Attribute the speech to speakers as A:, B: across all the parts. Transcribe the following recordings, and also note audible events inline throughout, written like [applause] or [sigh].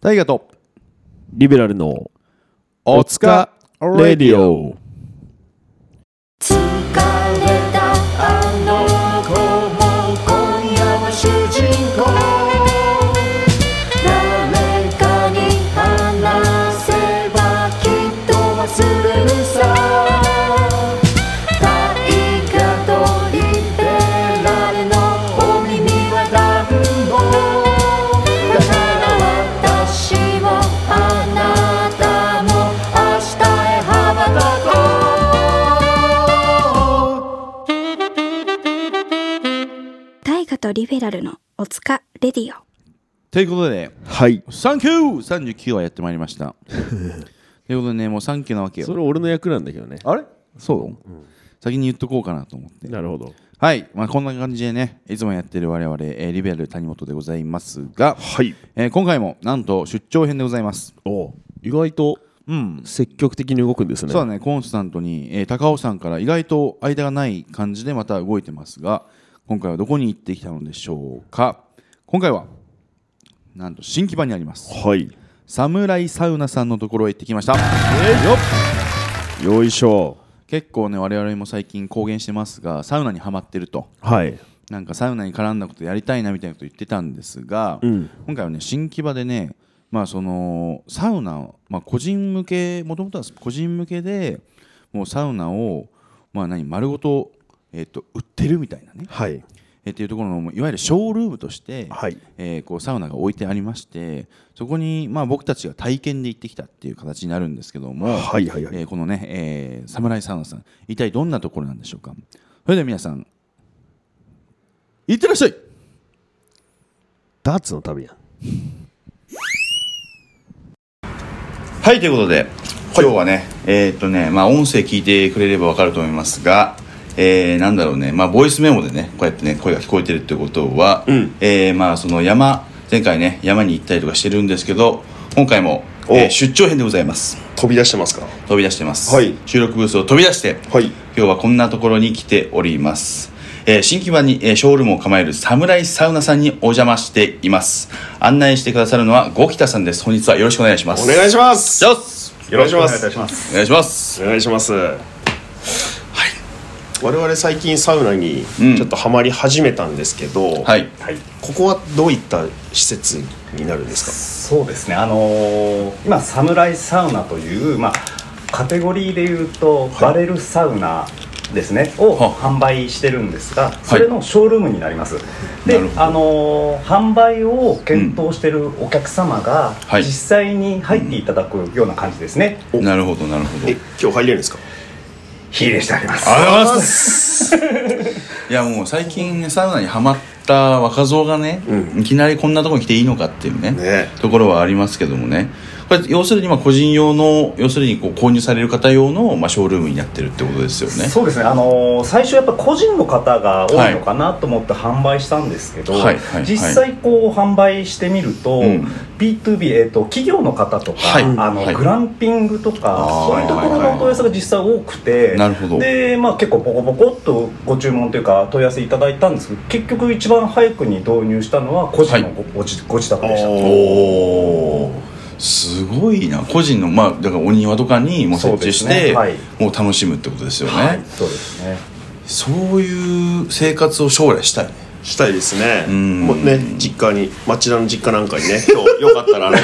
A: 大河と
B: リベラルの
A: おつかレディオ。
C: 疲れたあの子も今夜は主人公誰かに話せばきっと忘れるさ大河とリベラルのお耳は暖房だから私もあなたも明日へ羽ばたこう
D: 大河とリベラルのおつかレディオ
A: ということで、
B: はい
A: サンキュー !39 話やってまいりま [laughs] した。ということでね、もうサンキューなわけ
B: そ
A: よ。
B: れ俺の役なんだけどね
A: あれそう、先に言っとこうかなと思って。
B: なるほど
A: はい、まあ、こんな感じでね、いつもやってる我々、えーリベラル谷本でございますが、
B: はい
A: えー今回もなんと出張編でございます。
B: お意外と
A: うん。
B: 積極的に動くんですね
A: そうだね、コンスタントに、えー高尾山から意外と間がない感じでまた動いてますが、今回はどこに行ってきたのでしょうか。今回は、なんと新木場にあります。
B: はい
A: サムライサウナさんのところへ行ってきました。
B: よいしょ
A: 結構ね我々も最近公言してますがサウナにはまってると
B: はい
A: なんかサウナに絡んだことやりたいなみたいなこと言ってたんですが、
B: うん
A: 今回はね新木場でねまあそのサウナ、まあ、個人向けもともとは個人向けでもうサウナをまあ何丸ごと,、えっと売ってるみたいなね、
B: はい
A: えーっていうところのいわゆるショールームとして、
B: はい
A: えーこうサウナが置いてありましてそこにまあ僕たちが体験で行ってきたっていう形になるんですけども、
B: はいはいはい
A: えーこのね、えー、サムライサウナさん一体どんなところなんでしょうかそれでは皆さんいってらっしゃい
B: ダーツの旅やん
A: はいということで今日はね、えーっとねまあ音声聞いてくれればわかると思いますがえーなんだろうね、まあ、ボイスメモでねこうやってね声が聞こえてるってことは、
B: ん
A: えーまあその山前回ね山に行ったりとかしてるんですけど今回も、えー
B: お
A: 出張編でございます
B: 飛び出してますか
A: 飛び出してます、
B: はい
A: 収録ブースを飛び出して、
B: はい
A: 今日はこんなところに来ております、えー新規場に、えーショールームを構えるサムライサウナさんにお邪魔しています案内してくださるのはゴキタさんです本日はよろしくお願いします
E: お願いします。
A: よ
E: よ
A: っす
E: ろしくお願いいたします。
A: お願いします
E: お願いします。はい。我々最近サウナに
A: うん
E: ちょっとハマり始めたんですけど、
A: はい
E: ここはどういった施設になるんです
F: そうですね、あのー今、サムライサウナという、まあ、カテゴリーでいうと、バレルサウナですね、を
A: は
F: 販売してるんですが、それのショールームになります。で
A: なるほ、ど
F: あのー販売を検討してるお客様が、
A: はい
F: 実際に入っていただくような感じですね、
A: なるほどなるほど
E: か。え、今日入れるんですか。
F: 火入れしてあります。
A: ありがとうございます
E: [laughs]
A: いやもう最近ねサウナにハマった若造がね、
E: う
A: いきなりこんなとこに来ていいのかっていうね
E: ね
A: ところはありますけどもねこれ要するにまあ個人用の要するにこう購入される方用の、まあ、ショールームになってるってことですよね
F: そうですね、あのー最初やっぱ個人の方が多いのかなと思って販売したんですけど、
A: はいはい
F: 実際こう販売してみると、
A: うん
F: B2B、えー、と企業の方とか、
A: はい
F: あの
A: はい
F: グランピングとか
A: あー
F: そういうところのお問い合わせが実際多くて
A: なるほど
F: で、まあ、結構ボコボコっとご注文というか問い合わせいただいたんですけど結局一番早くに導入したのは個人のご,、ご自ご自宅でした。
A: おおすごいな個人のまあだからお庭とかにもう設置し
F: そうです
A: て
F: ねはい
A: もう楽しむってことですよね、
F: はい、そうですね
A: そういう生活を将来したいね
E: したいですね。
A: ん
E: もうね、実家に町田の実家なんかにね、今日よかったらあの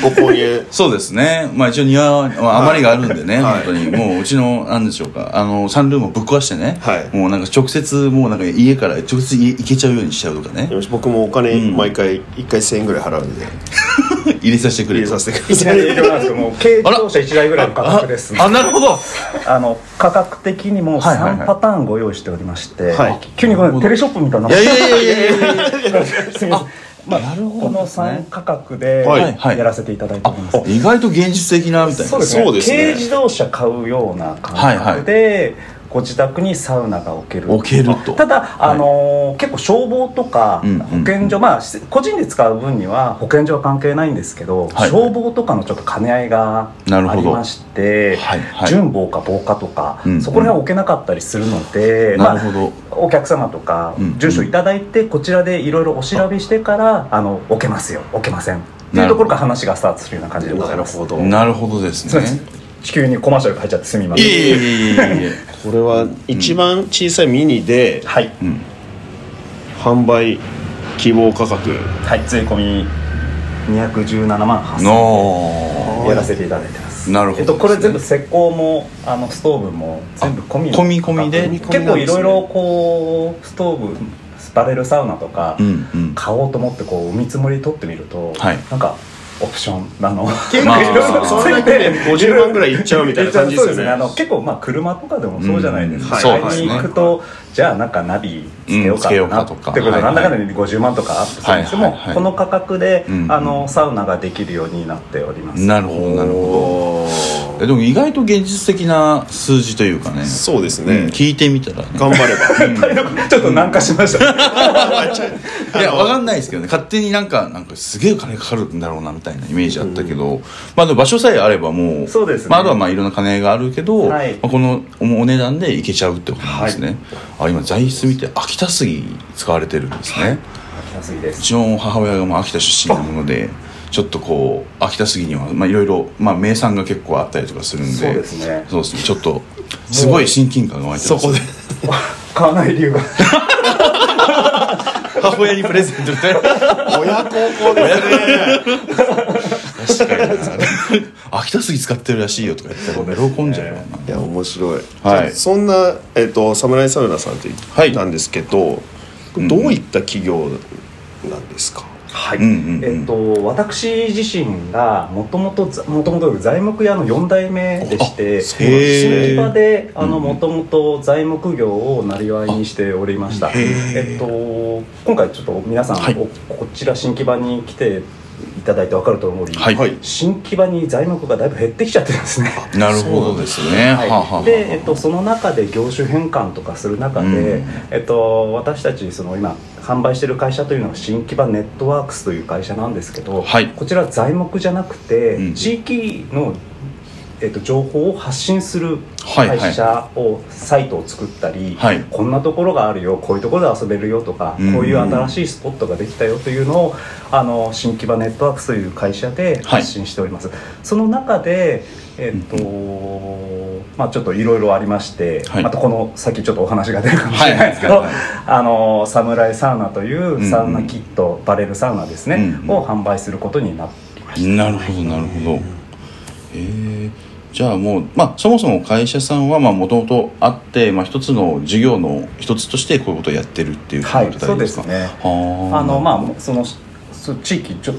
E: ご購入。
A: そうですね、まあ、一応庭は余りがあるんでね、
E: はい
A: 本当にもううちのなんでしょうかあのサンルームをぶっ壊してね、
E: はい
A: もうなんか直接もうなんか家から直接家行けちゃうようにしちゃうとかね
E: よし僕もお金
A: うん
E: 毎回一回千円ぐらい払うんで
A: 入れさせてくれ
E: 入れ
A: と
E: させてく
F: い
E: だ
F: き
E: さ。
F: ないり営業なんですけども軽自動車1台ぐらいの価格です
A: あなるほど
F: あの価格的にも
A: はいはいはい
F: 3パターンご用意しておりまして、
E: はい
F: 急にごめんテレショップみたいになっ
A: いやい
F: て
A: やいやいやいやいや
F: [laughs] すみませんまあ、この3価格で
E: はい
A: はい
F: やらせていただいております、
A: 意外と現実的なみたいな
F: そうですね
E: そうですね
F: 軽自動車買うような感覚で、ご自宅にサウナが置ける
A: 置けると
F: ただ、あのー結構消防とか
A: うんうん
F: 保健所、まあし個人で使う分には保健所は関係ないんですけど、
A: はい
F: 消防とかのちょっと兼ね合いが
A: なる
F: あ
A: ほ
F: り
A: ど
F: まして、
A: はいはい
F: 準防火防火とか、
A: うんうん
F: そこら辺は置けなかったりするので、
A: なるほど、
F: お客様とか
A: うん
F: 住所いただいてこちらでいろいろお調べしてからあの置けますよ置けませんっていうところから話がスタートするような感じでございます
E: ど
A: なるほどです
F: そうで
A: ね
F: す地球にコマーシャルが入っちゃってすみません
A: いえいえいえいえ
E: これは一番小さいミニで
F: はい、
E: 販売希望価格
F: はい、税込み217万8000
A: の
F: 円やらせていただいてます
A: なるほど
F: えっと、これ全部石膏もあのストーブも全部込みの
A: あ込み込みで
F: 結構いろいろこうストーブバレルサウナとか
A: うんうん
F: 買おうと思ってこう見積もり取ってみると、
A: はい
F: なんかオプションなの
E: 結
A: まあ
E: 構それだけで50万ぐらいいっちゃうみたいな感じです
F: そう
E: よ
F: あの
E: ね
F: 結構まあ車とかでもそうじゃないです
E: うん
F: か、
E: そう
F: 買い
E: です
A: ね
F: に行くと、じゃあなんかナビつけよう
A: うんつけよう
F: かな
A: かと
F: と
A: か
F: かってこと
A: はい
F: でなんだかんだで50万とかアップするんですけど
A: はい
F: も
A: はいはい
F: この価格で、
A: うん
F: あのサウナができるようになっております
A: なるほどなるほどえでも意外と現実的な数字というかね
E: そうです
A: うん
E: ね
A: 聞いてみたらね
E: 頑張れば
F: [laughs] ちょっと軟化しましたね、 [laughs]
A: いやわかんないですけどね勝手になんかなんかすげえ金かかるんだろうなみたいなイメージあったけど、まあでも場所さえあればもう
F: そうですね
A: まあ、あとはまあいろんな金があるけど、
F: はい
A: まあ、このおお値段でいけちゃうってことなんですね、あ今座椅子見て秋田杉使われてるんですね、
F: 安いで
A: う
F: す
A: ちの母親がまあ秋田出身なものでちょっとこう秋田杉にはまあいろいろまあ名産が結構あったりとかするんで
F: そうですね
A: そうですねちょっとすごい親近感が湧いてますそこで
F: 買わない理由が
A: 母親にプレゼントみたいな [laughs]
E: 親孝行ですね
A: 確かにな秋田杉使ってるらしいよとか言ってたら喜んじゃうよない
E: や面白い、
A: はい
E: じゃあそんな、えっとサムライサウナさんって
A: はい
E: なんですけど、これどういった企業なんですか、
F: はい、
A: うんうんうん
F: えっと私自身がもともともともと材木屋の4代目
A: う
F: でして
A: なんですね
F: 新木場であの
A: うんうん
F: もともと材木業をなりわいにしておりましたえっと今回ちょっと皆さん、
A: はい
F: おこちら新木場に来ていただいて分かると思り、
A: はいはい
F: 新木場に材木がだいぶ減ってきちゃってるんですね
A: なるほどですねはあはあはあ
F: で、えっと、その中で業種変換とかする中で、
A: うん
F: えっと、私たちその今販売してる会社というのは新木場ネットワークスという会社なんですけど、
A: はい
F: こちら材木じゃなくて、
A: うん
F: 地域の、えっと、情報を発信する
A: はいはい
F: 会社を、サイトを作ったり、
A: はい
F: こんなところがあるよこういうところで遊べるよとか、
A: うん
F: こういう新しいスポットができたよというのをあの新木場ネットワークスという会社で
A: はい
F: 発信しております、その中でえっと、まあちょっといろいろありまして、
A: はい
F: またこの先ちょっとお話が出るかもしれないですけど、
A: はいはいはい
F: あのサムライサウナとい
A: んうん
F: うサウナキット、バレルサウナですね、
A: うんうん
F: を販売することになっていました
A: なるほどなるほどえーじゃあもう、まあ、そもそも会社さんはもともとあって、まあ、一つの事業の一つとしてこういうことをやってるっていうこと
F: はい
A: だったりですか、
F: そうですね
A: は
F: あのまあそのそ地域ちょ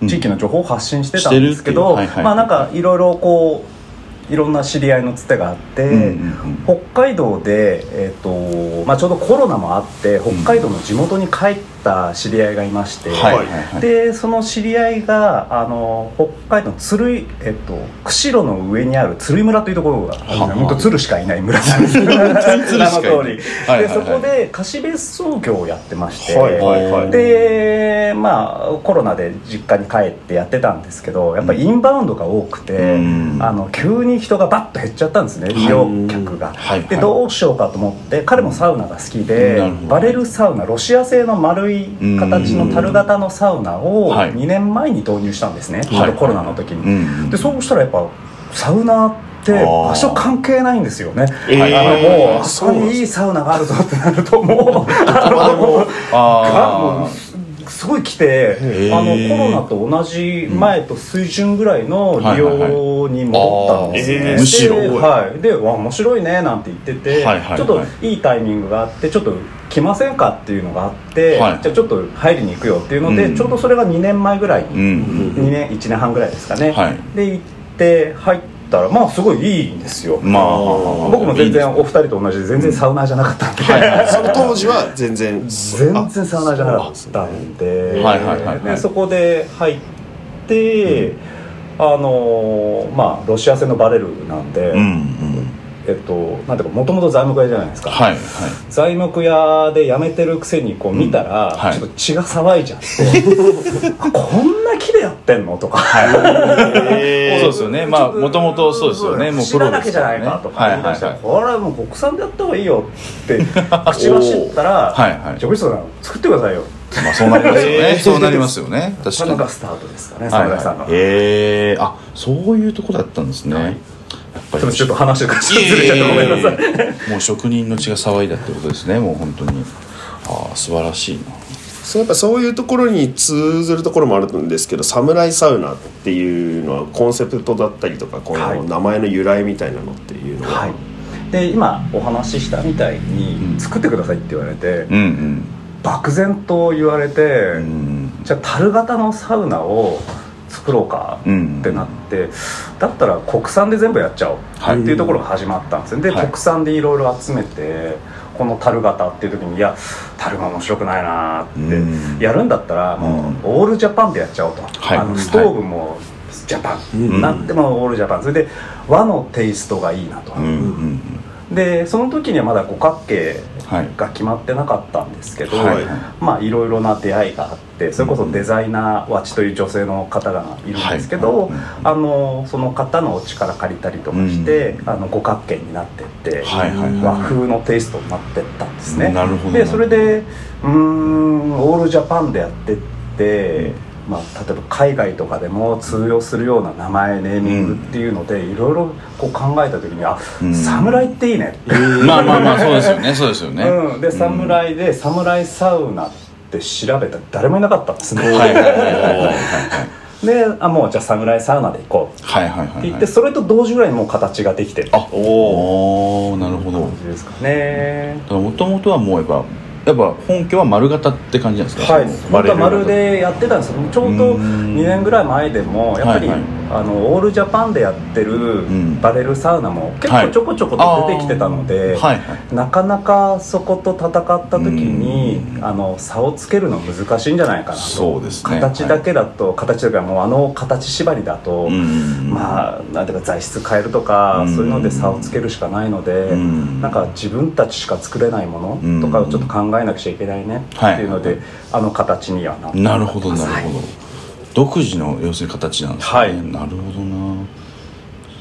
A: うん
F: 地域の情報を発信してたんですけ
A: し
F: ど、
A: てるっていうはいはい
F: まあなんかいろいろこういろんな知り合いのつてがあって、
A: うんうん
F: 北海道で、えーとまあ、ちょうどコロナもあって北海道の地元に帰った知り合いがいまして、
A: はいはいはい
F: でその知り合いがあの北海道の鶴居、えっと釧路の上にある鶴居村というところが
A: はは
F: 本当鶴しかいない村なんですけど名の通
A: はいはい
F: り
A: はい
F: でそこで貸別荘業をやってまして、
E: はいはいはい
F: でまあコロナで実家に帰ってやってたんですけどやっぱりインバウンドが多くて、
A: うん
F: あの急に人がバッと減っちゃったんですね利用客が、
A: はいはい
F: でどうしようかと思って彼もサウナが好きで、
A: なるほど
F: バレルサウナロシア製の丸い形の樽型のサウナを
A: はい
F: 2年前に導入したんですね、ちょうどコロナの時に、
A: うんうん
F: でそうしたらやっぱサウナって場所関係ないんですよね
E: えー
F: あのもうあ
E: そ
F: そうこ
E: なんです
F: にいいサウナがあるぞってなるともう
A: [laughs]
F: あのがも
A: あー
F: うすごい来て
A: ー
F: あのコロナと同じ前と水準ぐらいの利用に戻ったんですね、
E: はいはいはいあー
F: で
E: むし
A: ろ
F: はい、でわ面白いねなんて言ってて、
A: はいはいはい
F: ちょっといいタイミングがあってちょっと来ませんかっていうのがあって、
A: はい
F: じゃあちょっと入りに行くよっていうので、
A: うん
F: ちょうどそれが2年前ぐらいに、
A: うんうん
F: 2年1年半ぐらいですかね、
A: はい
F: で行って入ったらまあすごいいいんですよ、
A: まあ
F: 僕も全然お二人と同じで全然サウナーじゃなかったんで、
E: その当時は全然
F: 全然サウナーじゃなかったんで
A: はいはいはいはい
F: でそこで入って、あのーまあロシア製のバレルなんで、
A: うんうん
F: えっとなんていうかもともと材木屋じゃないですか、
A: はいはい
F: 材木屋で辞めてるくせにこう見たら、
A: んはい
F: ちょっと血が騒いじゃって
A: [laughs]
F: あこんな木でやってんのとか
E: え
A: そうですよねまあもともとそうですよねもうプロです
F: 知ら
A: か
F: な
A: ら
F: きゃ
A: ね
F: じゃないかとか言い出して、
A: はいはい
F: これはもう
A: [laughs]
F: 国産でやった方がいいよって口走ったら
A: はいはい
F: じゃあ、おじさん作ってくださいよ」
A: まあそうなりますよね。そうなりますよ
F: [laughs]
A: ね。確
F: それ
A: か
F: が
A: に。
F: スタートですかね、
A: はい
F: 侍さんが。
A: はい。ええあそういうとこだったんですね。やっぱ
F: で
A: り
F: もちょっと話がずれちゃってごめんなさい。
A: い。もう職人の血が騒いだってことですね。もう本当に。ああ素晴らしいな。
E: そうやっぱそういうところに通ずるところもあるんですけど侍サウナっていうのはコンセプトだったりとかこ
F: はい
E: の名前の由来みたいなのっていうのは、
F: はい、で今お話ししたみたいに、
A: うん
F: 作ってくださいって言われて、
A: うん
F: 漠然と言われて、
A: うん。うん
F: じゃあ樽型のサウナを作ろうか
A: うん
F: ってなって、だったら国産で全部やっちゃおう
A: はい
F: っていうところが始まったんですよで、
A: はい
F: 国産でいろいろ集めてこの樽型っていう時にいや樽が面白くないなー
A: う
F: っ
A: ん
F: てやるんだったらもうオールジャパンでやっちゃおうと、
A: はい
F: あのストーブもジャパン、
A: うん
F: なんでもオールジャパンそれで和のテイストがいいなと、
A: うんうん。
F: でその時にはまだ五角形
A: はい。
F: が決まってなかったんですけど、
A: はい
F: まあいろいろな出会いがあってそれこそデザイナーわちという女性の方がいるんですけど、
A: はい
F: あのその方のお力借りたりとかして、あの五角形になってって、
A: はいはいはい
F: 和風のテイストになってったんですね。
A: なるほど
F: でそれでうーんオールジャパンでやってって、まあ、例えば海外とかでも通用するような名前ネーミングっていうので、いろいろこう考えた時にあ、
A: うん
F: 侍っていいねっていう。
A: まあまあまあそうですよねそうですよね。
F: うん、で侍で、侍サウナって調べたら誰もいなかったんですね、
A: はいはいはいはいはい
F: であもうじゃあ侍サウナで行こうって
A: はいはいはい
F: 言っ
A: は
F: て
A: い。
F: それと同時ぐらいにもう形ができてる
A: あおおなるほど。
F: 感じですかね
A: もともとはもうやっぱやっぱ本家は丸型って感じなんですか。
F: はい
A: その
F: 本当は丸。でやってたんですけどちょうど
A: う
F: 2
A: ん
F: 年ぐらい前でもやっぱり、
A: はいはい
F: あのオールジャパンでやってる
A: ん
F: バレルサウナも結
A: は
F: 構
A: い
F: ちょこちょこと出てきてたので、
A: はいはい。
F: なかなかそこと戦った時に
A: う
F: あの差をつけるの難しいんじゃないかなと
A: そうですね
F: 形だけだと、形だからもうあの形縛りだと、
A: うん
F: まあなんていうか材質変えるとか、
A: うん
F: そういうので差をつけるしかないので、
A: うん
F: なんか自分たちしか作れないも
A: う
F: の
A: ん
F: とかをちょっと考えなくちゃいけないねって
A: はい
F: いうので、あの形にはなって
A: なるほどな
F: は
A: る
F: い
A: ほど。独自の要するに形なんですね。
F: はい
A: なるほどな。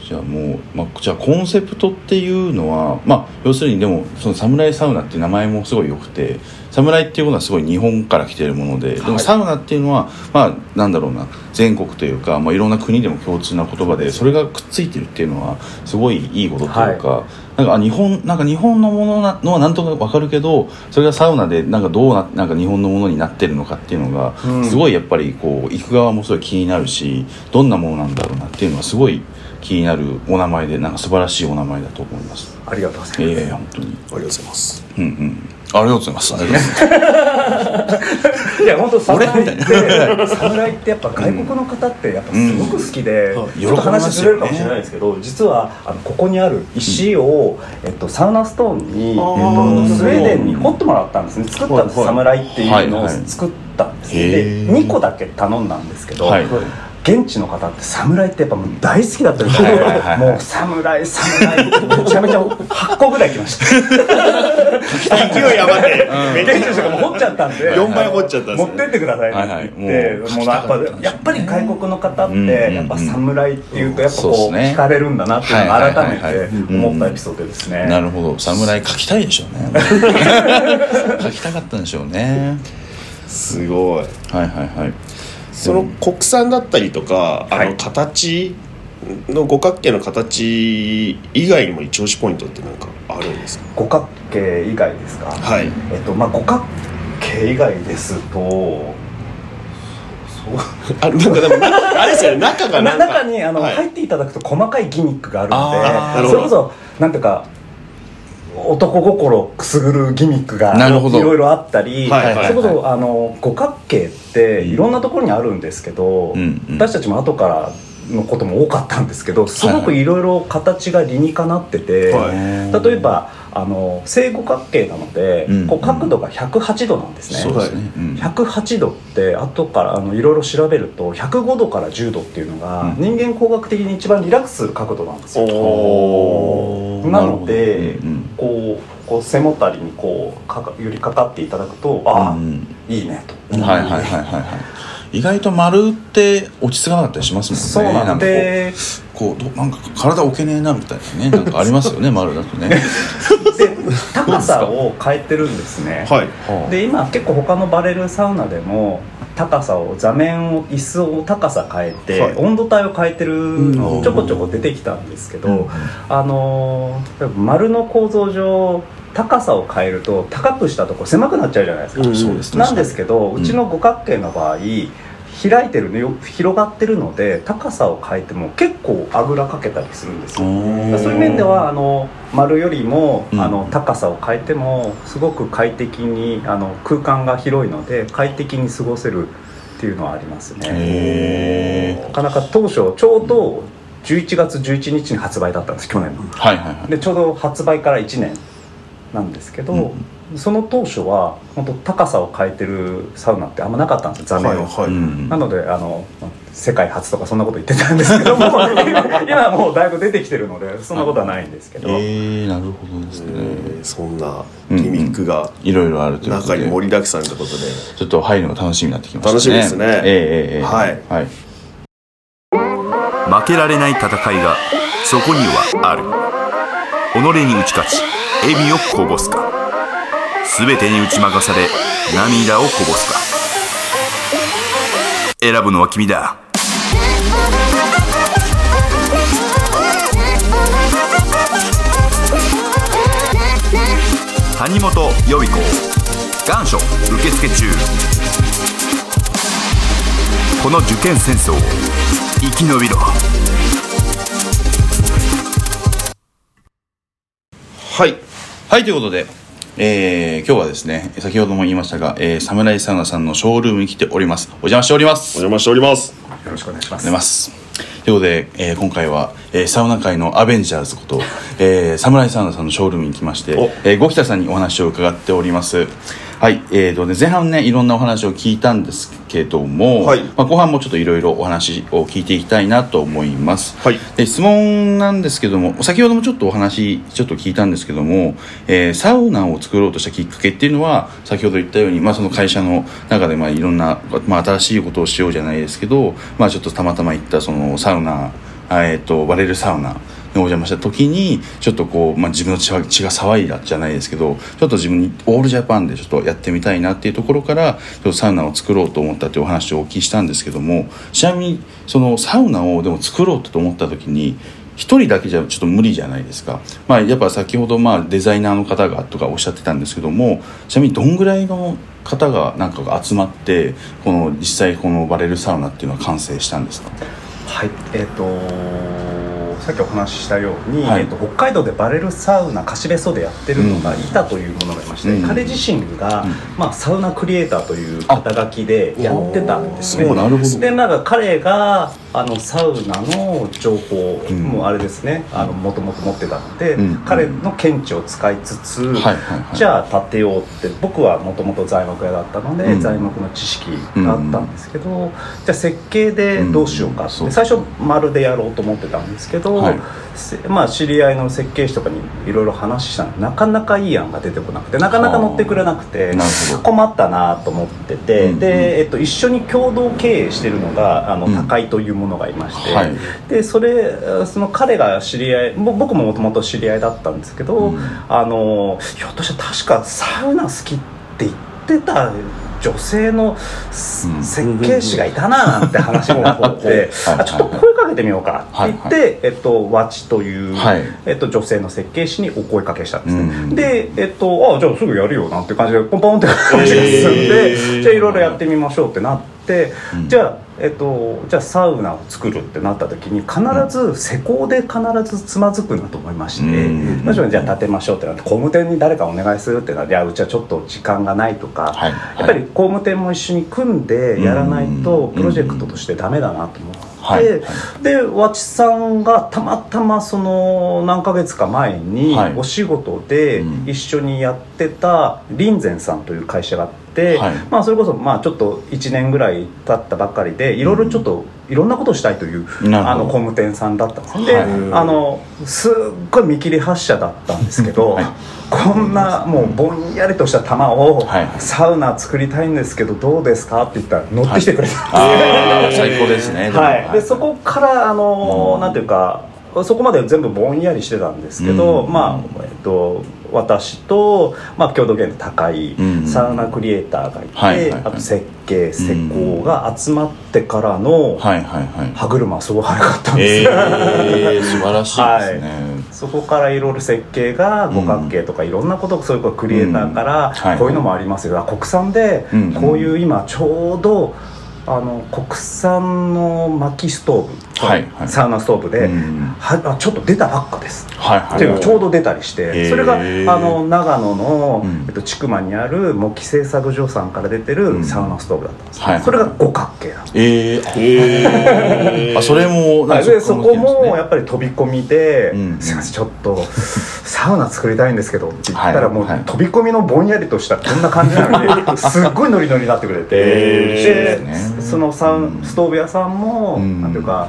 A: じゃあもう、まあ、じゃあコンセプトっていうのは、まあ、要するにでもその侍サウナっていう名前もすごい良くて侍っていうものはすごい日本から来てるものででもサウナっていうのは、まあ、なんだろうな全国というか、まあ、いろんな国でも共通な言葉でそれがくっついてるっていうのはすごいいいことというか、なんかあ日本なんか日本のものなのはなんとなく分かるけどそれがサウナでなんかどうななんか日本のものになってるのかっていうのが、
F: うん
A: すごいやっぱりこう行く側もすごい気になるしどんなものなんだろうなっていうのはすごい気になるお名前でなんか素晴らしいお名前だと思います。
F: ありがとうございます、
A: いやいやいや本当に。
E: ありがとうございます
A: うんうん。ありがとうございます。ありがとうございます。
F: いや本当侍っ
A: 俺み
F: て侍ってやっぱ外国の方ってやっぱすごく好きで、
A: うん
F: ちょっと話ずれるかもしれないですけど、実はあのここにある石を、えっと、サウナストーンに、えっ
A: ー
F: と、スウェーデンに掘ってもらったんですね作ったんです、
A: はい
F: 侍っていうのを
A: はいはい
F: 作ったんです、ね
A: へー
F: で2個だけ頼んだんですけど、
A: はい
F: 現地の方って侍ってやっぱもう大好きだったみたいで、
A: はいはいはい
F: もう侍侍ってめちゃめちゃ8個ぐらい来ました
E: 勢い余ってめちゃ
F: 現
E: く
F: 地
E: ち
F: の
E: ゃ
F: 人がもう掘っちゃったんで
E: 4倍掘っちゃったんで
F: 持
E: す
F: っ
E: ね
F: てってくださいねって言って、
A: はいはいもう
F: もうやっぱやっぱり外国の方って
A: うん
F: やっぱ侍っていうとやっぱこ
A: そ
F: う
A: うですね
F: 惹かれるんだなっていうのを改
A: はいはいはい
F: めて思ったエピソードですね。
A: [laughs] なるほど。侍書きたいでしょうね。 [laughs] 書きたかったんでしょうね。
E: すごい
A: はいはいはい。
E: その国産だったりとか、
F: は
E: あ
F: い
E: の形の五角形の形以外にも一押しポイントって何かあるんですか
F: 五角形以外ですか。
E: はい
F: えっとまあ五角形以外ですと。
E: あなんかでもなあれですよね中がな
F: なん
E: か
F: 中にあの、
E: はい
F: 入っていただくと細かいギミックが
A: あ
E: ーな
F: あ
E: る
F: るので
E: ほ
F: そ
E: ど
F: れこそなんていうか男心をくすぐるギミックが
A: なるほど
F: いろいろあったり、
E: はいはいはい
F: それこそあの五角形っていろんなところにあるんですけど、
A: うんうん
F: 私たちも後からのことも多かったんですけどすごくいろいろ形が理にかなってて、
E: はい
F: 例えばあの正五角形なので、
A: うん
F: こう角度が108度なんですね。
A: そうですね。うん
F: 108度って後からあのいろいろ調べると105度から10度っていうのが人間工学的に一番リラックスする角度なんですよ、
E: お
F: なの
A: なる
F: で
A: ほどうんうん
F: こうこう背もたれにこうかか寄りかかっていただくとああ、
A: うん
F: いいねと、
A: はいはいはいはいはい。意外と丸って落ち着かなかったりしますもんね
F: そうなんで
A: こうこうどなんか体置けねえなみたいなねなんかありますよね
F: [laughs]
A: 丸だとね
F: で高さを変えてるんですね
E: はい
F: で今結構他のバレルサウナでも高さを座面を椅子を高さ変えて、
E: はい
F: 温度帯を変えてるのちょこちょこ出てきたんですけど、あのー丸の構造上高さを変えると高くしたとこ狭くなっちゃうじゃないですか、
E: うん
A: そうです
F: なんです
A: け
F: けど、
A: ん
F: うちの五角形の場合開いてるのよ広がってるので高さを変えても結構あぐらかけたりするんですよそういう面ではあの丸よりも、
A: うん
F: あの高さを変えてもすごく快適にあの空間が広いので快適に過ごせるっていうのはあります
A: へ
F: ねなかなか当初ちょうど11月11日に発売だったんです去年の
A: はいはいはい
F: でちょうど発売から1年なんですけど、その当初は本当高さを変えてるサウナってあんまなかったんですよ座面を、
A: う
E: は
A: ん
F: なのであの世界初とかそんなこと言ってたんですけども今はもうだいぶ出てきてるのでそんなことはないんですけど、
A: えー、なるほどです
E: い、え
A: ね
E: ーそんなギミックが
A: いろいろあるということ
E: 中に
A: で
E: 盛りだくさんってことで、
A: ちょっと入るのが楽しみになってきましたね
E: 楽しみですね
A: ええええええ
E: はい
A: はい
G: 負けられない戦いがそこにはある己に打ち勝ち笑みをこぼすか全てに打ち負かされ涙をこぼすか選ぶのは君だ谷本予備校願書受付中この受験戦争を生き延びろ
E: はい
A: はい、ということで、えー、今日はですね、先ほども言いましたが、えー、サムライサウナさんのショールームに来ております。お邪魔しております。
E: お邪魔しております
F: よろしくお願いしま
A: おります。ということで、えー、今回は、えー、サウナ界のアベンジャーズこと、えー、サムライサウナさんのショールームに来まして
E: お、
A: えー、ゴキタさんにお話を伺っております。はい、えーとね、前半ね、いろんなお話を聞いたんですけども、
E: はい
A: まあ、後半もちょっといろいろお話を聞いていきたいなと思います。
E: はい
A: で質問なんですけども先ほどもちょっとお話ちょっと聞いたんですけども、えーサウナを作ろうとしたきっかけっていうのは先ほど言ったように、まあ、その会社の中でまあいろんな、まあ、新しいことをしようじゃないですけど、まあ、ちょっとたまたま行ったそのサウナ、あえー、とバレルサウナにお邪魔した時にちょっとこう、まあ、自分の血は血が騒いだじゃないですけどちょっと自分にオールジャパンでちょっとやってみたいなっていうところからちょっとサウナを作ろうと思ったっていうお話をお聞きしたんですけどもちなみにそのサウナをでも作ろうと思った時に一人だけじゃちょっと無理じゃないですか、まあ、やっぱ先ほどまあデザイナーの方がとかおっしゃってたんですけどもちなみにどんぐらいの方がなんかが集まってこの実際このバレルサウナっていうのは完成したんですか
F: はいえっ、とさっきお話ししたように、
A: はい
F: えっと北海道でバレルサウナ貸別荘でやってるのがイタというものがいまして、
A: うん
F: 彼自身が、まあ、サウナクリエイターという肩書きでやってたんですね
A: そうなるほど
F: でなんか彼があのサウナの情報もあれですねもともと持ってたので、
A: うん
F: 彼の見地を使いつつ、
A: はいはいはい
F: じゃあ建てようって僕はもともと材木屋だったので、
A: うん
F: 材木の知識があったんですけど、じゃあ設計でどうしようかって、
A: うん
F: 最初丸でやろうと思ってたんですけど、
A: はい
F: せまあ、知り合いの設計士とかにいろいろ話したのなかなかいい案が出てこなくてなかなか乗ってくれなくて
A: あーなるほど
F: 困ったなと思ってて、
A: うんうん
F: で、えっと、一緒に共同経営してるのがあの、
A: うん
F: 高井というものがいまして、
A: はい
F: でそれその彼が知り合いぼ僕ももともと知り合いだったんですけど、
A: うん
F: あのひょっとしたら確かサウナ好きって言ってた女性のす
A: うん
F: 設計士がいたななんて話になって
A: [laughs] はい
F: あちょっと声かけてみようかって言って、
A: は
F: えっと、和知という、
A: はい
F: えっと、女性の設計士にお声かけしたんですね、
A: うん
F: で、えっと、あじゃあすぐやるよなんて感じでポンポンって感じが進んで、
A: えー
F: じゃあいろいろやってみましょうってなって、
A: うん
F: じゃあえっと、じゃあサウナを作るってなった時に必ず施工で必ずつまずくなと思いまして、
A: うん
F: もちろんじゃあ建てましょうってなって工務店に誰かお願いするってなっていやうちはちょっと時間がないとか、
A: はい
F: やっぱり工務店も一緒に組んでやらないと
A: うん
F: プロジェクトとしてダメだなと思って。
A: はいは
F: で和知さんがたまたまその何ヶ月か前に
A: はい
F: お仕事で
A: うん
F: 一緒にやってた林善さんという会社があって、
A: はい
F: まあ、それこそまあちょっと1年ぐらい経ったばっかりでいろいろちょっといろんなことをしたいという
A: なるほど
F: あの工務店さんだったんですで、あのすっごい見切り発車だったんですけど、
A: はい
F: こんなもうぼんやりとした球を
A: はい
F: サウナ作りたいんですけどどうですかって言ったら乗ってきてくれたんですよ
A: あー最高ですね。
F: はい、でそ
A: こ
F: こからあの、
A: うん
F: なんていうかそこまで全部ぼんやりしてたんですけど、
A: うん
F: まあえっと私と、まあ、共同現の高い
A: うん
F: サウナクリエイターがいて、
A: はいはいはい
F: あと設計施工が集まってからの
A: はいはいはい。
F: 歯車はすごい早かったん [laughs] で
A: え
F: すよ、
A: ー、素晴らしいですね。
F: そこからいろいろ設計が五角形とかいろんなことそういうクリエイターか
A: うんは
F: ら
A: い
F: こういうのもありますよ、あ国産で
A: うん
F: こういう今ちょうどあの国産の薪ストーブ、
A: はいはい
F: サウナストーブで、
A: うん
F: はあちょっと出たばっかです。
A: はいはい。
F: っていうのがちょうど出たりして、
A: へー
F: それがあの長野の、
A: うん
F: えっと、千曲にある木器製作所さんから出てるサウナストーブだったんです、
A: はい
F: それが五角形だった
A: えー、えー、あそれも
F: はい、でそこもや
A: っ
F: っぱり飛び込みで「
A: うん
F: すいませんちょっとサウナ作りたいんですけど」って言った
A: は
F: ら
A: い
F: もう
A: はい
F: 飛び込みのぼんやりとしたこんな感じな
A: [laughs]
F: のにすっごいノリノリになってくれて、
A: へーそうですね
F: でそのサウ
A: うん
F: ストーブ屋さんも、
A: うん
F: なんていうか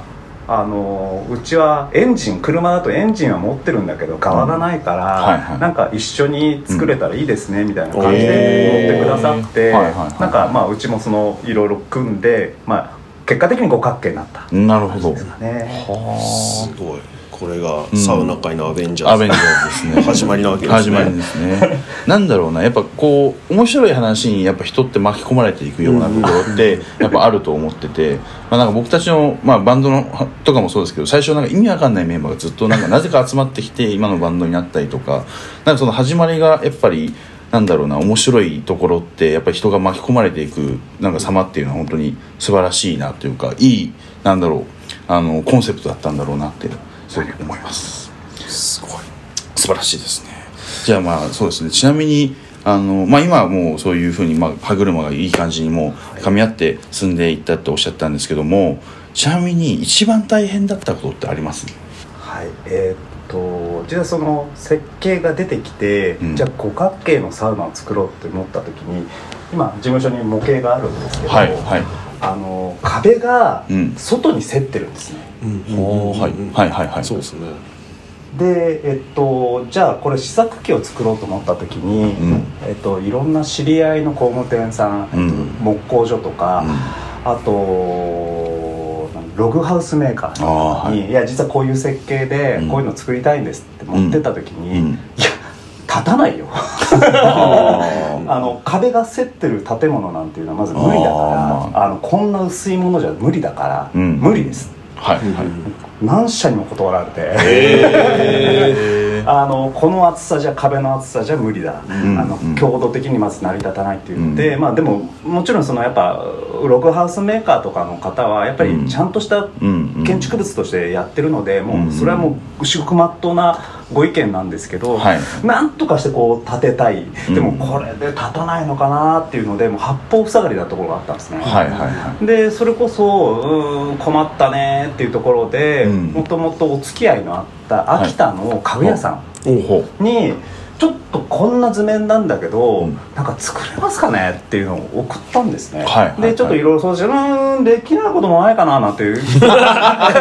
F: あのうちはエンジン車だとエンジンは持ってるんだけど側がないから、
A: はいはい
F: なんか一緒に作れたらいいですね、みたいな感じで乗ってくださって、
A: へーはいはいはい
F: なんかまあうちもそのいろいろ組んで、まあ、結果的に五角形になった。
A: ぱなるほど。
F: ね、
A: は
E: すごいこれがサウナ界のアベンジャ
A: あ。
E: ー
A: アベ
E: ズ
A: ンジャーズですね。
E: 始まりなわけですね
A: 始まりですね。なんだろうな、やっぱこう面白い話にやっぱ人って巻き込まれていくようなところってやっぱあると思ってて、まあなんか僕たちのまあバンドのはとかもそうですけど、最初なんか意味わかんないメンバーがずっとなんかなぜか集まってきて今のバンドになったりとか、なんかその始まりがやっぱり。なんだろうな面白いところってやっぱり人が巻き込まれていくなんか様っていうのは本当に素晴らしいなというかいいなんだろうあのコンセプトだったんだろうなってすごく思います。すごい素晴らしいですねじゃあまあそうですねちなみにあの、まあ、今はもうそういうふうに、まあ、歯車がいい感じにもう噛み合って進んでいったっておっしゃったんですけどもちなみに一番大変だったことってあります
F: はい、えーっと実はその設計が出てきて、
A: うん
F: じゃあ五角形のサウナを作ろうって思った時に今事務所に模型があるんですけど、
A: はいはい
F: あの壁が
A: うん
F: 外に競ってるんですね、
A: おーはいはいはいはい
E: そうですね
F: でえっとじゃあこれ試作機を作ろうと思った時に、
A: うん
F: えっと、いろんな知り合いの工務店さん、えっと
A: うん
F: 木工所とか、
A: う
F: あとログハウスメーカーさんに、
A: あーはい
F: い、や実はこういう設計で
A: うん
F: こういうの作りたいんですって持ってった時に、
A: うん
F: いや立たないよ
A: あ
F: [laughs] あの壁が競ってる建物なんていうのはまず無
A: あ
F: 理だ
A: ー
F: か
A: ま
F: らあのこんな薄いものじゃ無理だから、
A: うん
F: 無理です
A: ーはいはい
F: 何社にも断られて、
A: え
F: [laughs] あのこの厚さじゃ壁の厚さじゃ無理だ、
A: ん
F: あの
A: うん
F: 強度的にまず成り立たないっていうので、
A: う
F: まあ、でももちろんそのやっぱログハウスメーカーとかの方はやっぱ
A: うん
F: りちゃんとした
A: んうん
F: 建築物としてやってるので、
A: うん
F: もうそれはもう至極まっとうなご意見なんですけど、
A: はい
F: なんとかしてこう建てたいで
A: う
F: も
A: ん
F: これで立たないのかなっていうのでもう八方塞がりなところがあったんですね。
A: はいはいは
F: でそれこそうーん困ったねっていうところで
A: うん
F: もともとお付き合いのあった秋田の家具屋さ
A: いおほ
F: んにちょっとこんな図面なんだけど、
A: うん
F: なんか作れますかねっていうのを送ったんですね、
A: はいはい
F: でちょっといろいろそうしてうーんできないこともないかなな
A: [laughs]
F: んていう感じだ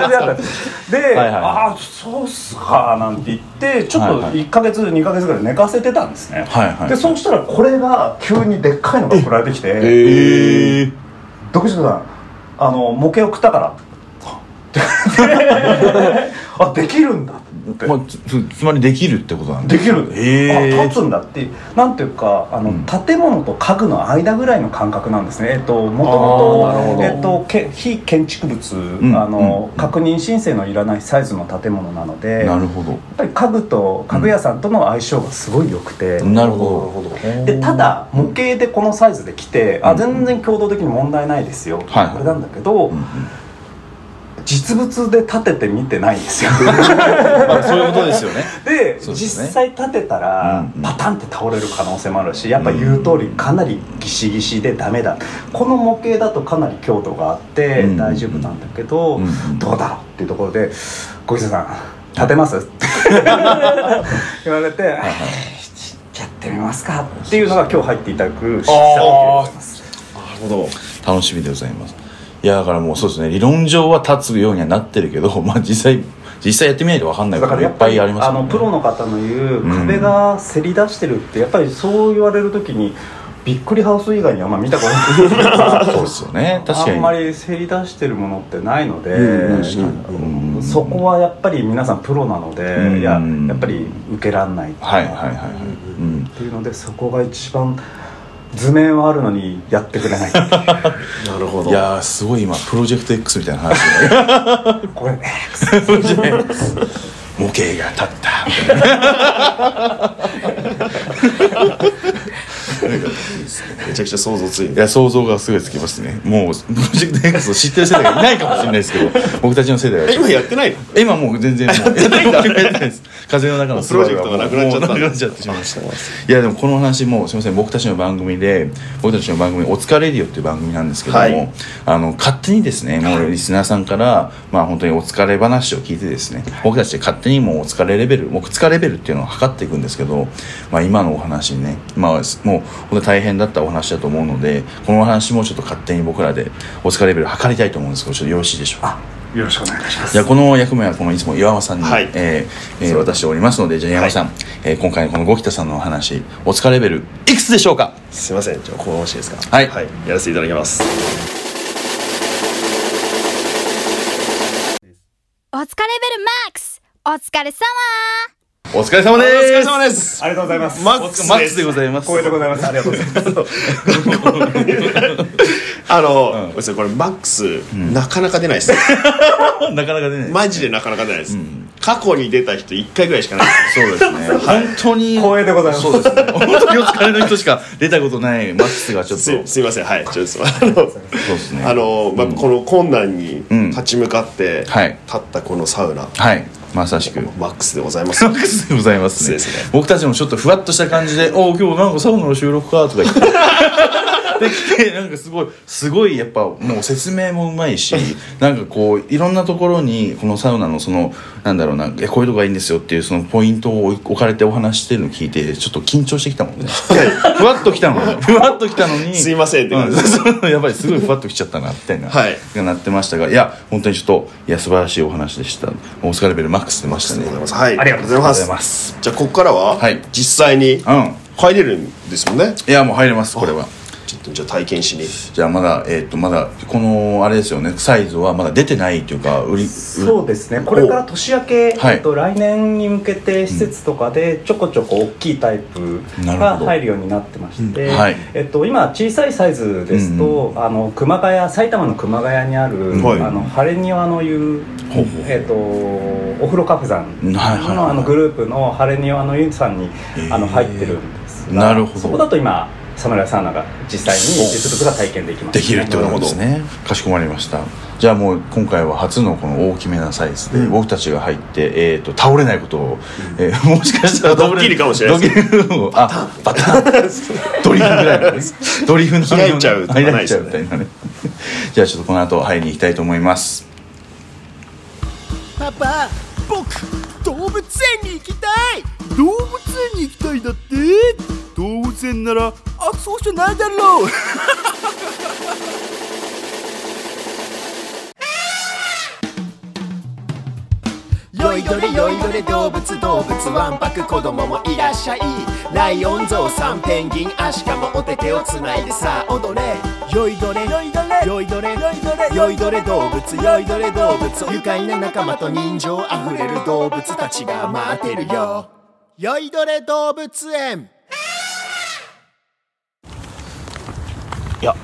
F: ったんですで、
A: はいはい
F: ああそうっすかなんて言ってちょっ
A: はい
F: と
A: はい
F: 1か月2か月ぐらい寝かせてたんですね、
A: はいはい
F: でそうしたらこれが急にでっかいのが送られてきて
A: えー、
F: 独自さんあの模型送ったからあ [laughs] でき [laughs] るんだって
A: まあ、つつつまりできるってことなん
F: できるんだ、
A: えー、
F: あ立つんだってなんていうかあの、
A: うん
F: 建物と家具の間ぐらいの感覚なんですねえっとも
A: あーなるほ
F: ともと
A: ど
F: えっとけ非建築物、
A: ん
F: あの
A: うん
F: 確認申請のいらないサイズの建物なので
A: な
F: やっ
A: るほど
F: ぱり家具と家具屋さんとの相性がすごい良くて、
A: なるほど
F: でただ模型でこのサイズで来て、
A: う
F: あ
A: ん
F: 全然共同的に問題ないですよ、
A: はいはい
F: これなんだけど、実物で立ててみてないんですよ
A: [laughs] まあそういうことですよね
F: で
A: そうですね
F: 実際立てたら
A: うんうん
F: パタンって倒れる可能性もあるしやっぱ言う通りかなりギシギシでダメだこの模型だとかなり強度があって
A: うん
F: 大丈夫なんだけど、
A: うんうん
F: どうだろうっていうところで「小池さん立てます?」って言われて「やってみますか」っていうのが今日入っていただく試作機でございます。
A: 楽しみでございますいやだからもうそうですね理論上は立つようにはなってるけど、 [laughs] まあ、実際実際やってみないと分かんないこ
F: だか
A: と
F: ら
A: い
F: や
A: っ
F: っぱ
A: ぱい
F: り
A: あります
F: あ
A: もん
F: の
A: ね
F: プロの方の言う
A: うん
F: 壁がせり出してるってやっぱりそう言われる時にびっくりハウス以外にあんま見たことな
A: [laughs]
F: い
A: そうですよね確か
F: あ
A: に
F: んまりせり出してるものってないので、
A: うんうん
F: そこはやっぱり皆さんプロなので、
A: うん
F: いややっぱり受けられないっていうのは
A: はいはいはいはい、うん、
F: っていうのでそこが一番図面はあるのにやってくれな
A: [laughs]
F: いっていう
E: なるほ
A: いやーすごい今プロジェクト X みたいな
F: [laughs]
A: 話だね
F: これ
A: プロジェクト X 模型が立ったみたい
E: めちゃくちゃ想像つい
A: ないや想像がすごいつきますねもうプロジェクト X を知ってる世代がいないかもしれないですけど僕たちの世代は
E: 今やってないの
A: 今もう全然もうやって [laughs] ないです風の中の
E: プロジェクトがなくなっちゃった
A: もうなくなっちゃってしまいましたいやでもこの話もすみません僕たちの番組で僕たちの番組「おつかレディオ」っていう番組なんですけども、
E: はい
A: あの勝手にですねもうリスナーさんから、まあ本当にお疲れ話を聞いてですね僕たちで勝手にもうお疲れレベルお疲れレベルっていうのを測っていくんですけど、まあ、今のお話ね、まあ、もう本当に大変だったお話だと思うのでこのお話もちょっと勝手に僕らでお疲れレベル測りたいと思うんですけどちょっとよろしいでしょうか
F: よろしくお願いします
A: じゃあこの役目はこのいつも岩間さんに、
E: はい
A: えーえー渡しておりますのでじゃあ岩間さん、えー今回のこの五木田さんのお話お疲れレベルいくつでしょうか
E: すいませんじゃあこのまましていいですか
A: はい
E: やらせていただきます
H: お疲れレベルマックスお疲れ様
A: お疲れ様で
E: お疲れ
A: す
E: 様です
F: ありがとうございます
E: マックス
A: マックスでございます
F: 光栄でございますありがとうございます
E: あの、ごめんなさいこれマックス、なかなか出ないです [laughs]
A: なかなか出ない
E: マジでなかなか出ないです、過去に出た人一回ぐらいしかないです
A: そうですね本当に
F: 光栄でございます
A: そうですね本当にお疲れの人しか出たことないマックスがちょっと [laughs]
E: す
A: そう
E: すいませんはいちょっとあの
A: ですね
E: あの、まあこの困難に
A: うん
E: 立ち向かって、
A: はい
E: 立ったこのサウナ、
A: はいまさしく
E: マックスでございます
A: マックスでございますね
E: そうですね
A: 僕たちもちょっとふわっとした感じで「おお今日なんかサウナの収録か」とか [laughs] 言ってで来てなんかすごいすごいやっぱもう説明もうまいしなんかこういろんなところにこのサウナのそのなんだろうないやこういうとこがいいんですよっていうそのポイントを置かれてお話してるの聞いてちょっと緊張してきたもんねふわっと来たのに [laughs] ふわっと来たのに
E: すいませんって
A: う
E: 感
A: ん
E: じです
A: そうやっぱりすごいふわっときちゃったなみたいな、
E: はい
A: がなってましたがいや本当にちょっといや素晴らしいお話でしたお疲れレベルマックス出ましたね
E: はいありがとうござ
A: ありがとう
E: いま
A: ござい
E: す
A: ます
E: じゃあここからは、
A: はい
E: 実際に
A: うん
E: 入れるんですもんね
A: いやもう入れますこれは
E: ちょっとじゃあ体験しに
A: じゃあまだえっ、とまだこのあれですよねサイズはまだ出てないというか売り
F: そうですねこれから年明け、
A: はい
F: えっと、来年に向けて施設とかでちょこちょこ大きいタイプ
A: なる
F: が
A: ほど
F: 入るようになってまして、
A: うんはい
F: えっと、今小さいサイズですと、
A: う
F: あの熊谷埼玉の熊谷にある、
E: はい
F: あの晴れ庭の湯、
A: ほうほう
F: えっと、お風呂カフェさん
A: うんはいはいはい
F: のあのグループの晴れ庭の湯さんにあ
A: へー
F: の入ってるんですが
A: なるほど
F: そこだと今侍サウナが実際に実物が体験できます、
A: できるってことですねかしこまりましたじゃあもう今回は初のこの大きめなサイズで、僕たちが入って、えー、と倒れないことを、えーもしかしたら
E: ドッキリかもしれない
A: ドッキリあバタンドリフぐらいのね
E: [laughs]
A: ドリフの
E: 開いちゃうとかない
A: 開
E: で
A: いち
E: す
A: ゃ
E: よ
A: う
E: ね
A: みたいなねじゃあちょっとこの後入りに行きたいと思います
I: パパ僕動物園に行きたい動物園に行きたいだって動物園ならあそうじゃないだろうよいどれよいどれ動物動物わんぱく子供もいらっしゃいライオンゾウさんペンギンアシカもお手手をつないでさあ踊れよいどれよいどれよいどれよいどれよいどれ動物よいどれ動物愉快な仲間と人情あふれる動物たちが待ってるよよいどれ動物園
E: いや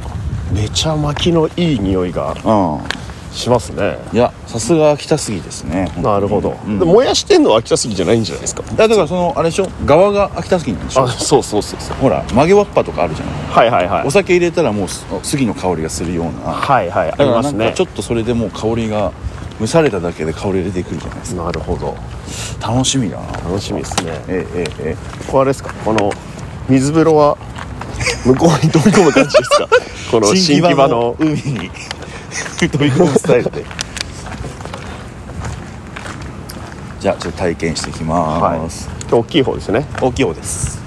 E: めちゃ薪のいい匂いが
A: うん
E: しますね
A: いやさすが秋田杉ですね
E: なるほど、
A: うん
E: で燃やしてんのは秋田杉じゃないんじゃないですか
A: いやだからそのあれでしょ側が秋田杉なんでしょ
E: あそうそうそうそう
A: ほら曲げわっぱとかあるじゃない、
E: はいはいはい
A: お酒入れたらもうす杉の香りがするような
E: はいはいあ
A: だか
E: り
A: ら
E: ま
A: な
E: す
A: んか
E: ね
A: ちょっとそれでもう香りが蒸されただけで香り出てくるじゃないです
E: なるほど
A: か楽しみだな
E: 楽しみですね
A: ええええ
E: ここあれですかこの水風呂は向こうに飛び込む感じですかこの新木場の
A: 海に飛び込むスタイルでじゃあちょっと体験していきます、
E: はい大きい方ですね
A: 大きい方です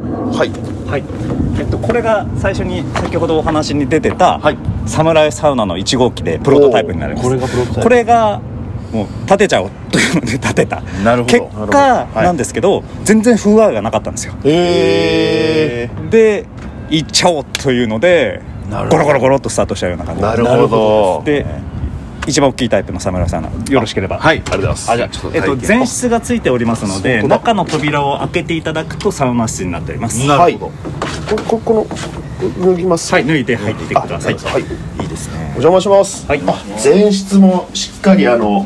E: はい、
F: はいえっと、これが最初に先ほどお話に出てた、サムライサウナの1号機でプロトタイプになりますこれがこれがもう立てちゃおうというので立てた
A: なるほど
F: 結果なんですけど全然風合いがなかったんですよで行っちゃおうというのでゴロゴロゴロっとスタートしたような感じ
A: なるほど
F: で一番大きいタイプのサムライサウナよろしければはいありがとうございます
A: あじゃあちょっと
F: えっ
A: 体
F: と
A: 験
F: 前室がついておりますの
A: あ
F: で
A: 本当だ
F: 中の扉を開けていただくとサウナ室になっております
E: なる
F: ほど
E: こここの脱ぎます
F: はい脱いで入ってくださいはいいいですね
E: お邪魔します、
F: はい、
E: 前室もしっかりあの、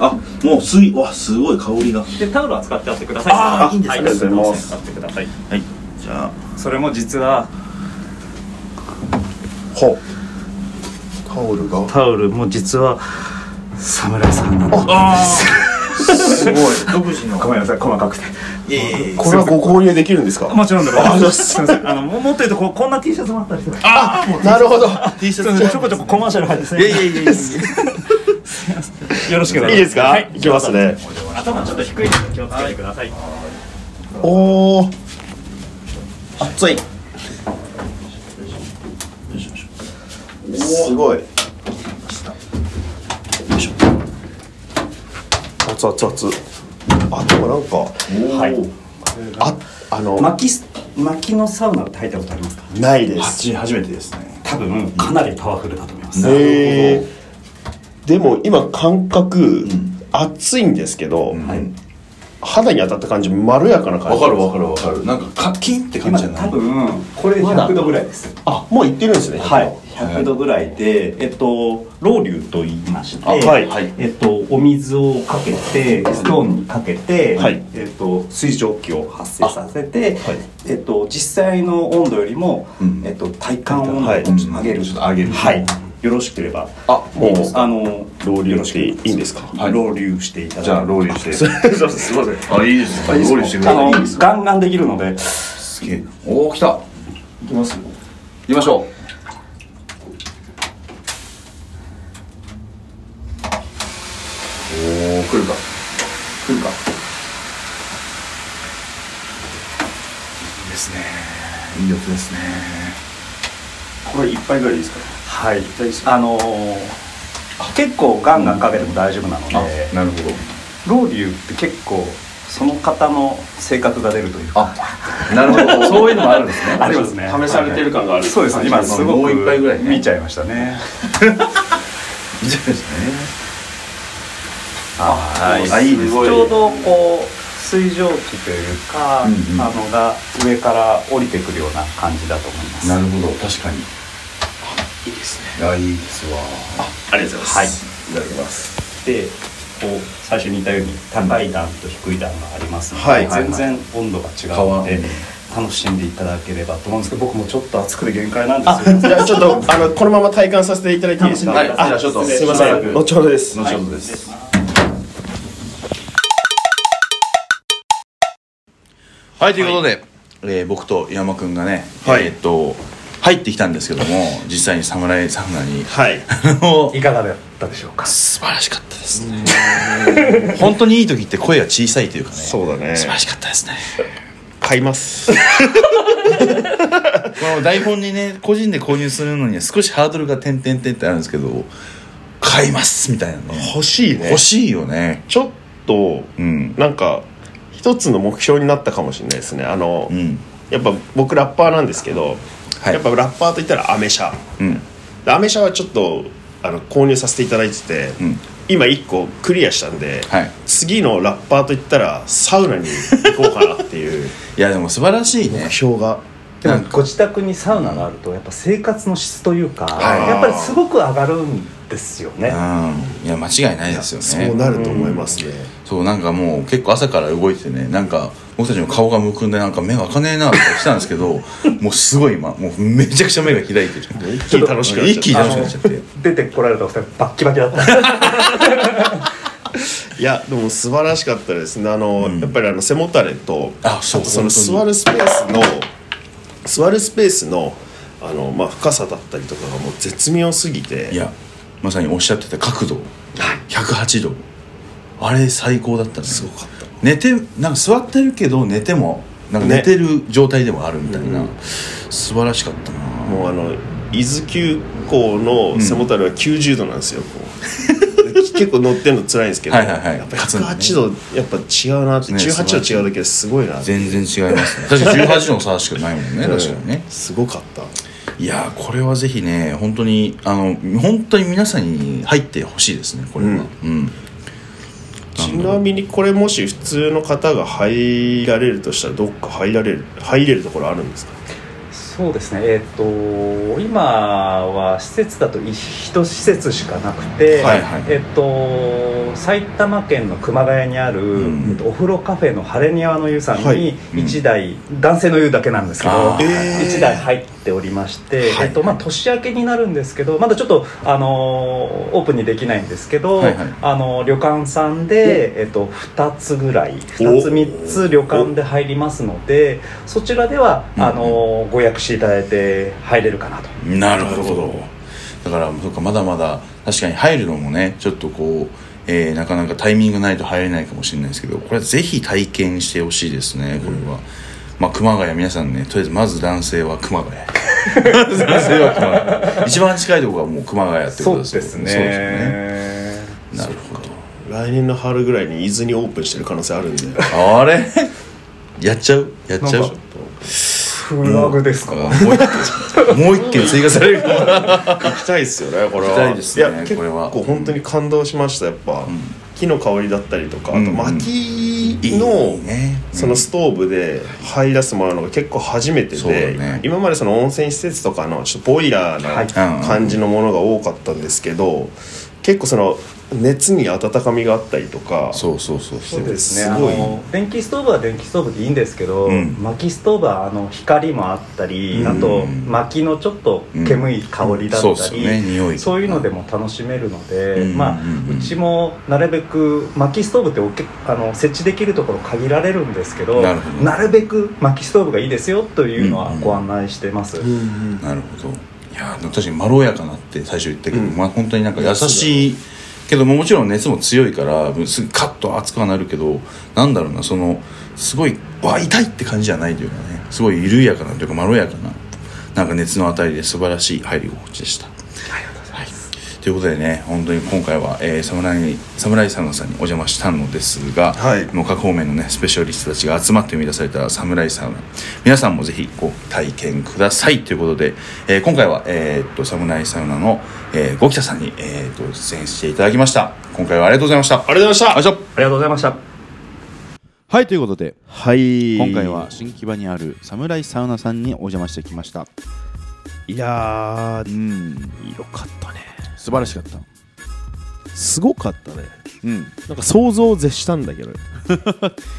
A: あもう水わすごい香りが
F: でタオルは使ってあってください
A: あーいいんですね
F: は
A: ありがとうございます
F: 使ってください
A: はいじゃあ
F: それも実は
E: ほタオルが
F: タオルも実は侍さんなんで
E: す
F: す
E: ご
F: [laughs]
E: い
A: 独自の
F: ごめんなさい細かくて
E: これはご購入できるんですか
F: もちろんでございますすみませ
E: あ
F: んあのももっと言うとこうこんな T シャツもあったりして
E: あなるほど
F: T シャツちょこちょこコマーシャル入ってすいやいやいやよろしくお願
E: いいですか
F: はい
E: いきますね
F: 頭ちょっと低いので気をつけてください
E: おお熱いすごい熱々熱々あでもなんかはいああの
F: 薪す薪のサウナって入ったことありますか
E: ないです
A: 初めてですね
F: 多分かなりパワフルだと思います
E: えーでも今感覚熱いんですけど、肌に当たった感じまろやかな感じ
A: わかるわかるわかるなんかカキンって感じじゃない
F: 多分これ100度ぐらいです
E: あもういってるんですね
F: はい100度ぐらいでえっとロウリュと言いまして
A: あはいはい
F: えっとお水をかけてストーンにかけて
A: はい
F: えっと水蒸気を発生させてえっと実際の温度よりもえっと体感温度を上げる上げるはいよろしければ
A: あ
E: もう
F: あの
E: ロウリュしていいんですか
F: ロウリュしていただいて
A: じゃあロウリ
E: [laughs]
A: ュして
F: すい
A: ませんあいいですロウリュしてくれ
F: あ
A: てい
F: の
A: いです
F: ガンガンできるのです
A: げえおお来た
F: いきます
A: 行きましょうおお来るか来るかいいですねいい音ですね
E: これ一杯ぐらいですか
F: はいあのー結構ガンガンかけても大丈夫なので、
A: なるほど
F: ロウリュって結構その方の性格が出るというか
A: なるほ [laughs] どそういうのもあるんですね
F: ありますね
A: 試されてる感がある
F: はいそうですね今すごく
A: もう一杯ぐらいね
F: 見ちゃいましたね
A: 見ちゃいましたね
F: あ
A: あ
F: ー
A: あいいです
F: ちょうどこう水蒸気というか、
A: うんうん
F: あのが上から降りてくるような感じだと思います
A: なるほど確かにいいですねあいいですわ
F: ありがとうございます、はい、いただきますでこう最初に言ったように高い段と低い段がありますので、
A: はいはいはい
F: 全然温度が違うので楽しんでいただければと思うんですけど僕もちょっと暑くて限界なんですよ
E: じゃあちょっとあのこのまま体感させていただいていいですか
A: はい
E: あ
A: じゃあちょっと
E: すいません後ほどです
A: 後ほどですはいということで、えー僕と山くんがね、えーっと入ってきたんですけども実際に侍サウナに
E: はい
F: いかがだったでしょうか
A: 素晴らしかったですね [laughs] 本当にいい時って声が小さいというかね
E: そうだね
A: 素晴らしかったですね
E: 買います
A: この台本にね個人で購入するのには少しハードルが点々点ってあるんですけど買いますみたいなね
E: 欲しいね
A: 欲しいよね
E: ちょっと
A: うん
E: なんか一つの目標になったかもしれないですねあの、
A: うん
E: やっぱ僕ラッパーなんですけど、
A: はい
E: やっぱラッパーといったらアメ車
A: うん
E: でアメ車はちょっとあの購入させていただいてて、
A: うん
E: 今1個クリアしたんで、
A: はい
E: 次のラッパーといったらサウナに行こうかなっ
A: [laughs]
E: ていう
A: いやでも素晴らしいね
E: 目標が
F: でもご自宅にサウナがあるとやっぱ生活の質というか、
A: はい
F: やっぱりすごく上がるんですよね
A: うんいや間違いないですよね
E: そうなると思いますね、
A: そうなんかもう結構朝から動いててねなんか僕たちの顔がむくんでなんか目が開かねえなってしたんですけ
E: [laughs]
A: どもうすごい今もうめちゃくちゃ目が開いてる
E: 一気に楽しくなっちゃ
A: 一
E: っ
A: 気に楽しくなっちゃって
F: 出てこられたお二人バッキバキだった
E: たいやでも素晴らしかったですねあの、やっぱりあの背もたれと
A: あそう
E: あとその
A: 本当に
E: 座るスペースの座るスペースのあの、まあ、深さだったりとかがもう絶妙すぎて
A: いやまさにおっしゃってた角度108度あれ最高だったね
E: すごかった
A: 寝てなんか座ってるけど寝てもなんか寝てる状態でもあるみたいな、素晴らしかったな
E: もうあの伊豆急行の背もたれは90度なんですよ、こ
A: [laughs]
E: う結構乗ってるの辛いんですけど、
A: はいはいはい
E: やっぱ108度、やっぱ違うなって、
A: ね
E: 18度違うだけですごいなって
A: 全然違いますね確かに18の差しかないもんね確かにね
E: すごかった
A: いやーこれはぜひね本当にあの本当に皆さんに入ってほしいですねこれは、うん
E: ちなみにこれもし普通の方が入られるとしたらどっか入られる入れるところあるんですか
F: そうですねえっ、と今は施設だと一一施設しかなくて、
A: はいはい
F: えっ、と埼玉県の熊谷にある、えっとお風呂カフェの晴れ庭の湯さん
A: はい
F: に1台、男性の湯だけなんですけど、
A: あー
F: 1台入っておりまして、えっとまあ、年明けになるんですけどまだちょっと、あのーオープンにできないんですけど、
A: はいはい
F: あの旅館さんで、えっと、2つぐらい2つ3つ旅館で入りますのでそちらでは、あのご予約していただいて入れるかなと
A: なるほどだからそうかまだまだ確かに入るのもねちょっとこう、えーなかなかタイミングないと入れないかもしれないですけどこれはぜひ体験してほしいですねこれは、まあ熊谷皆さんねとりあえずまず男性は熊谷男性は熊谷一番近いところはもう熊谷ってことですよ
E: そうですね
A: そうですよねなるほど
E: 来年の春ぐらいに伊豆にオープンしてる可能性あるんで
A: あれやっちゃうやっちゃ
E: なん
A: う
E: か
F: フラグですか、
A: もう一軒もう一軒追加されるかも
E: 行きたいですよねこれ
A: 行
E: は
A: きたいですね
E: や結
A: これは
E: 構本当に感動しましたやっぱ、木の香りだったりとかあと
A: うんうん
E: 薪のそのストーブで入らせてもらうのが結構初めて
A: そうだ
E: で、
A: ね
E: 今までその温泉施設とかのちょっとボイラー
A: は
E: ない感じのものが多かったんですけど結構その熱に温かみがあったりとか
A: そうそうそうそ
F: そうですねあ
E: ごい
F: の電気ストーブは電気ストーブでいいんですけど、
A: うん
F: 薪ストーブはあの光もあったり、
A: うん
F: あと薪のちょっと煙い香りだった
A: うんそ
F: り、
A: うですよね匂い
F: そういうのでも楽しめるので、
A: うん
F: まあ、うちもなるべく薪ストーブっておけあの設置できるところ限られるんですけど
A: なるほど
F: るべく薪ストーブがいいですよというのはご案内してます、
A: なるほどいや確かにまろやかなって最初言ったけど、まあ本当になんか優しいけどももちろん熱も強いからすぐカッと熱くはなるけどなんだろうなそのすごいわ痛いって感じじゃないというかねすごい緩やかなというかまろやかななんか熱のあたりで素晴らしい入り心地でした。はいということでね本当に今回は、えー、侍侍サウナさんにお邪魔したのですが、もう各方面のねスペシャリストたちが集まって生み出された侍サウナ皆さんもぜひご体験くださいということで、えー今回は、えーっと侍サウナの、えー、ゴキタさんに、えーっと出演していただきました今回はありがとうございましたあ
E: りがとうございました
A: あり
F: がとうございました
J: はいということで、
B: はい
J: 今回は新木場にある侍サウナさんにお邪魔してきました
B: いやー、
J: よかったね素晴らしかった
B: すごかったね
J: うん
B: なんか想像を絶したんだけど
J: い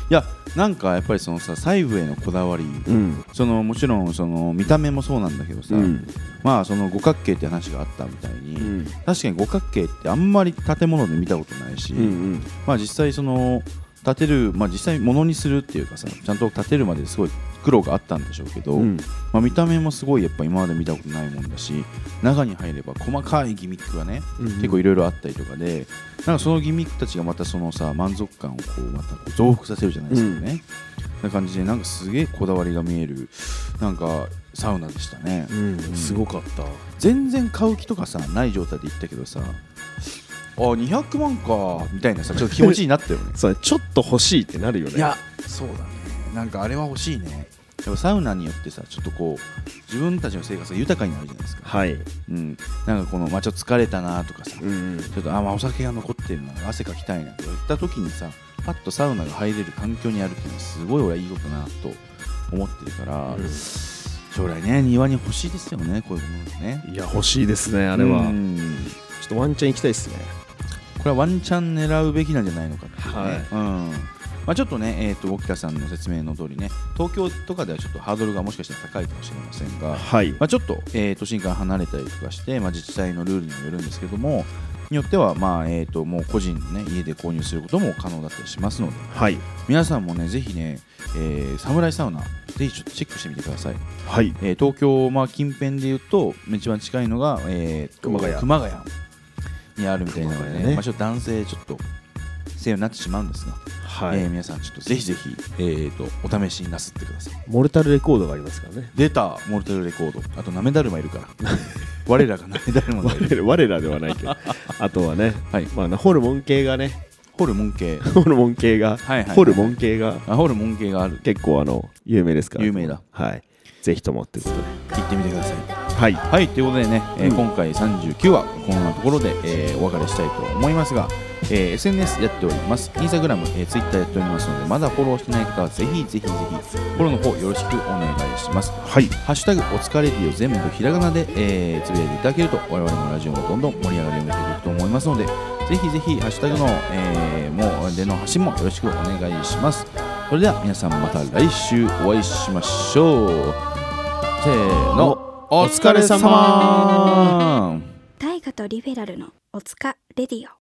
J: やなんかやっぱりそのさ細部へのこだわり、
B: うん
J: そのもちろんその見た目もそうなんだけどさ、
B: うん
J: まあその五角形って話があったみたいに、確かに五角形ってあんまり建物で見たことないし、
B: うんうん
J: まあ実際その建てるまあ実際物にするっていうかさちゃんと建てるまですごい苦労があったんでしょうけど、
B: うん
J: まあ、見た目もすごいやっぱ今まで見たことないもんだし中に入れば細かいギミックがね、
B: うんうん
J: 結構いろいろあったりとかでなんかそのギミックたちがまたそのさ満足感をこうまたこう増幅させるじゃないですかね、な感じでなんかすげえこだわりが見えるなんかサウナでしたね、
B: すごかった
J: 全然買う気とかさない状態で行ったけどさあ200万かみたいなさちょっと気持ちになったよね
B: そうちょっと欲しいってなるよね
J: いや [laughs] そうだねなんかあれは欲しいねやっぱサウナによってさちょっとこう自分たちの生活が豊かになるじゃないですか
B: はい
J: うん、なんかこの、まあ、ちょっと疲れたなとかさ、
B: うん
J: ちょっとあ、まあ、お酒が残ってるな汗かきたいなとか言った時にさパッとサウナが入れる環境にあるっていうのはすごい俺はいいことだなと思ってるから、将来ね庭に欲しいですよねこういうものがね
B: いや欲しいですねあれは
J: うん
B: ちょっとワンチャン行きたいですね
J: これはワンチャン狙うべきなんじゃないのかっていうね、
B: はい
J: うんまあ、ちょっとね、えー、と沖田さんの説明の通りね東京とかではちょっとハードルがもしかしたら高いかもしれませんが、
B: はい
J: まあ、ちょっと、えー都心から離れたりとかして、まあ、自治体のルールにもよるんですけどもによっては、まあえー、ともう個人の、ね、家で購入することも可能だったりしますので、
B: はい
J: 皆さんもねぜひね、えー、侍サウナぜひちょっとチェックしてみてください、
B: はい
J: えー東京、まあ、近辺でいうと一番近いのが、えーと
B: 熊谷
J: にあるみたいなので、
B: 熊
J: ね
B: 谷ね
J: まあ、ちょっと男性ちょっと
A: せよになってしまうんですが、
E: はい
A: えー皆さんちょっとぜひぜひ、えー、とお試しになすってください
E: モルタルレコードがありますからね
A: 出たモルテルレコードあとなめだるまいるから
E: [laughs]
A: 我らがなめだるまがいる
E: 我ら我らではないけど
A: [laughs]
E: あとはね、まあ、ホルモン系がね
A: ホルモン系
E: ホルモン系が、
A: はいはい
E: ホルモン系が
A: あホルモン系がある
E: 結構あの有名ですから
A: 有名だ
E: はいぜひともってことで
A: 行ってみてください
E: はい、
A: はい、ということでね、えー
E: うん
A: 今回39話こんなところで、えーお別れしたいと思いますが、えー SNS やっておりますインスタグラム、えー、ツイッターやっておりますのでまだフォローしてない方はぜひぜひぜひフォローの方よろしくお願いします
E: はい
A: ハッシュタグお疲れディを全部ひらがなで、えーつぶやいていただけると我々もラジオもどんどん盛り上がりを見せていくと思いますのでぜひぜひハッシュタグの、えーもうでの発信もよろしくお願いしますそれでは皆さんまた来週お会いしましょうせーのお疲れ様
D: 大河とリベラルのおつかレディオ